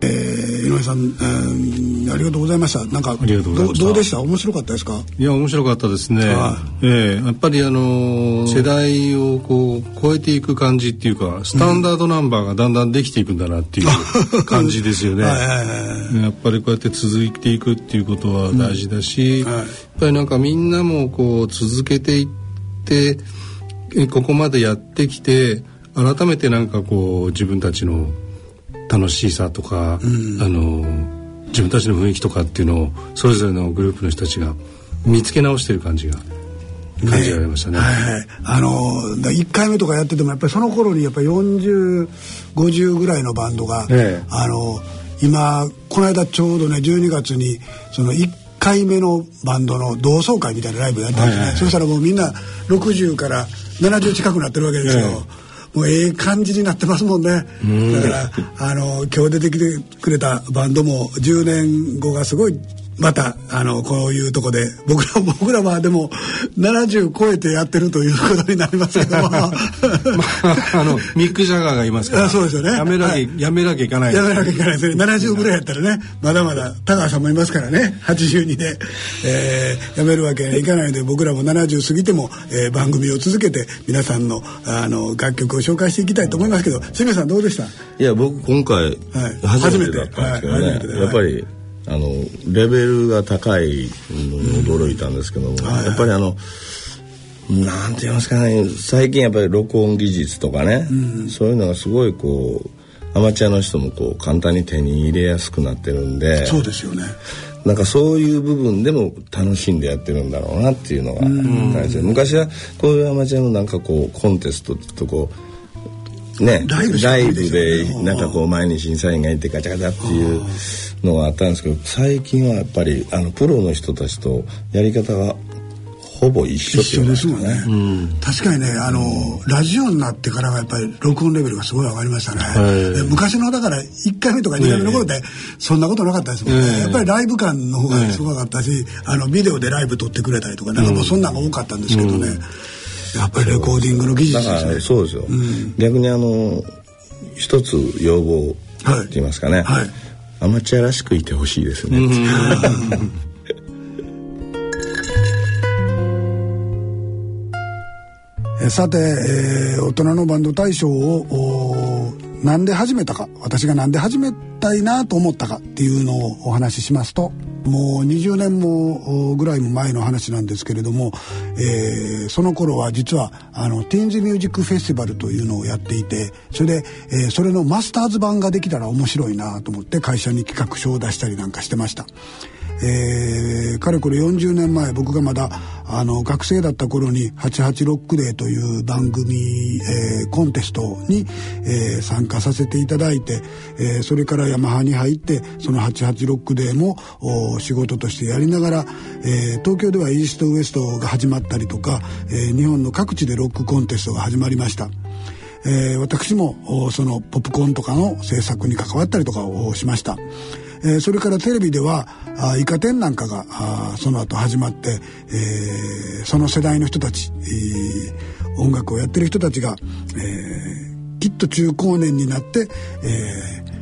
A: えー井上さん、えーありがとうございました。なんか、
C: ありがとうございました
A: どどうでした面白かったですか
C: いや面白かったですね、ええやっぱりあのー世代をこう超えていく感じっていうかスタンダードナンバーがだんだんできていくんだなっていう感じですよねやっぱりこうやって続いていくっていうことは大事だし、やっぱりなんかみんなもこう続けていってえここまでやってきて改めてなんかこう自分たちの楽しさとか、あの自分たちの雰囲気とかっていうのをそれぞれのグループの人たちが見つけ直してる感じが感じられましたね。
A: はい、あのだ1回目とかやっててもやっぱりその頃にやっぱり4050ぐらいのバンドが、
C: ええ
A: あの今この間ちょうどね12月にその1回目のバンドの同窓会みたいなライブやったんですね、そしたらもうみんな60から70近くなってるわけですよ、
C: え
A: もうええ感じになってますもんね
C: うん
A: だからあの今日出てきてくれたバンドも10年後がすごいまたあのこういうとこで僕ら 僕らはでも70超えてやってるということになりますけども
C: あのミック・ジャガーがいますから
A: あそうですよね
C: やめなきゃ、やめなきゃいかない
A: やめなきゃいけないですね70ぐらいやったらねまだまだ田川さんもいますからね82で、えーやめるわけにはいかないので僕らも70過ぎても、えー番組を続けて皆さんのあの楽曲を紹介していきたいと思いますけど清水さんどうでした
D: いや僕今回初めてだったんですけどね、やっぱりあのレベルが高いのに驚いたんですけども、やっぱりあのなんて言いますかね最近やっぱり録音技術とかね、そういうのがすごいこうアマチュアの人もこう簡単に手に入れやすくなってるんで
A: そうですよね
D: なんかそういう部分でも楽しんでやってるんだろうなっていうのが大事で昔はこういうアマチュアのなんかこうコンテストっていうとこうね、ライブでなんかこう前に審査員がいてガチャガチャっていうのがあったんですけど最近はやっぱりあのプロの人たちとやり方がほぼ一緒って
A: 一
D: い
A: 緒
D: うの
A: で
D: が
A: すもんね、確かにねあの、ラジオになってからはやっぱり録音レベルがすごい上がりましたね、
D: はい
A: で昔のだから1回目とか2回目の頃でそんなことなかったですもんね、
D: ええ
A: やっぱりライブ感の方がすごかったし、あのビデオでライブ撮ってくれたりとかなんかもうそんなのが多かったんですけどね、やっぱりレコーディングの技術
D: だ
A: で
D: か
A: す
D: ら
A: ね
D: そうですよ、逆にあの一つ要望って言いますかね、アマチュアらしくいてほしいですね、
A: えさて、えー大人のバンド大賞をおーなんで始めたか私がなんで始めたいなと思ったかっていうのをお話ししますともう20年もおぐらいも前の話なんですけれども、えーその頃は実はあのティーンズミュージックフェスティバルというのをやっていてそれで、えーそれのマスターズ版ができたら面白いなと思って会社に企画書を出したりなんかしてました。えーかれこれ40年前僕がまだあの学生だった頃に「88ロックデー」という番組、えーコンテストに、えー参加させていただいて、えーそれからヤマハに入ってその「88ロックデーも」お仕事としてやりながら、えー東京ではイーストウエストが始まったりとか、えー日本の各地でロックコンテストが始まりました。えー私もおそのポップコーンとかの制作に関わったりとかをしました、えーそれからテレビではあイカ天なんかがあその後始まって、えーその世代の人たち、えー音楽をやってる人たちが、えーきっと中高年になって、えー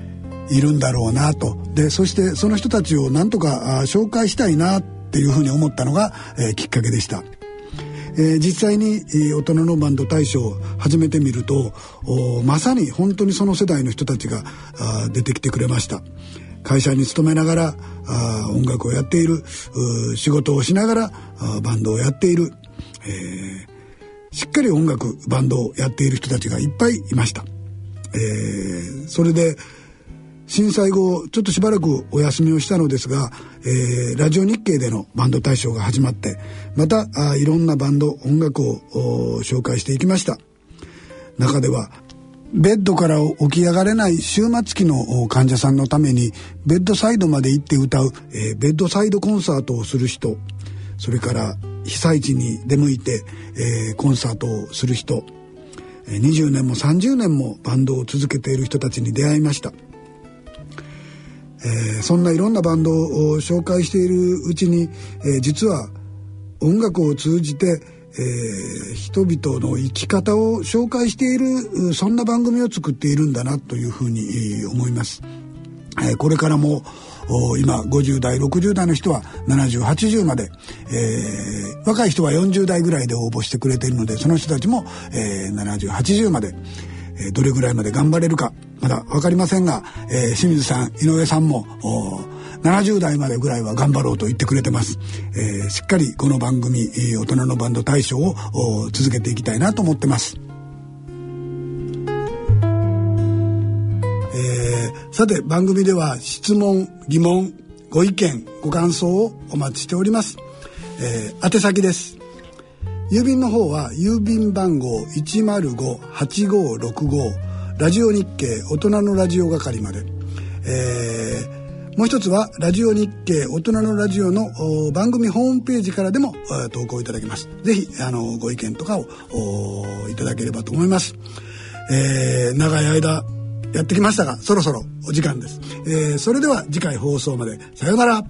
A: いるんだろうなとでそしてその人たちをなんとかあ紹介したいなっていうふうに思ったのが、えーきっかけでした。えー実際に、えー大人のバンド大賞を始めてみるとおーまさに本当にその世代の人たちがあー出てきてくれました会社に勤めながらあー音楽をやっているうー仕事をしながらあーバンドをやっている、えーしっかり音楽バンドをやっている人たちがいっぱいいました、えーそれで震災後ちょっとしばらくお休みをしたのですが、えーラジオ日経でのバンド大賞が始まってまたあーいろんなバンド音楽をおー紹介していきました中ではベッドから起き上がれない終末期のお患者さんのためにベッドサイドまで行って歌う、えーベッドサイドコンサートをする人それから被災地に出向いて、えーコンサートをする人えー20年も30年もバンドを続けている人たちに出会いましたえーそんないろんなバンドを紹介しているうちに、えー実は音楽を通じて、えー人々の生き方を紹介しているうそんな番組を作っているんだなというふうにえー思います。えーこれからもお今50代60代の人は7080まで、えー若い人は40代ぐらいで応募してくれているのでその人たちも、えー7080まで、えーどれぐらいまで頑張れるかまだ分かりませんが、えー清水さん井上さんもお70代までぐらいは頑張ろうと言ってくれてます、えーしっかりこの番組えー大人のバンド大賞をお続けていきたいなと思ってますえーさて番組では質問疑問ご意見ご感想をお待ちしております、えー宛先です郵便の方は郵便番号105-8565ラジオ日経大人のラジオ係まで、えーもう一つはラジオ日経大人のラジオのお番組ホームページからでもえー投稿いただけますぜひあのご意見とかをおいただければと思います、えー長い間やってきましたがそろそろお時間です、えーそれでは次回放送までさようなら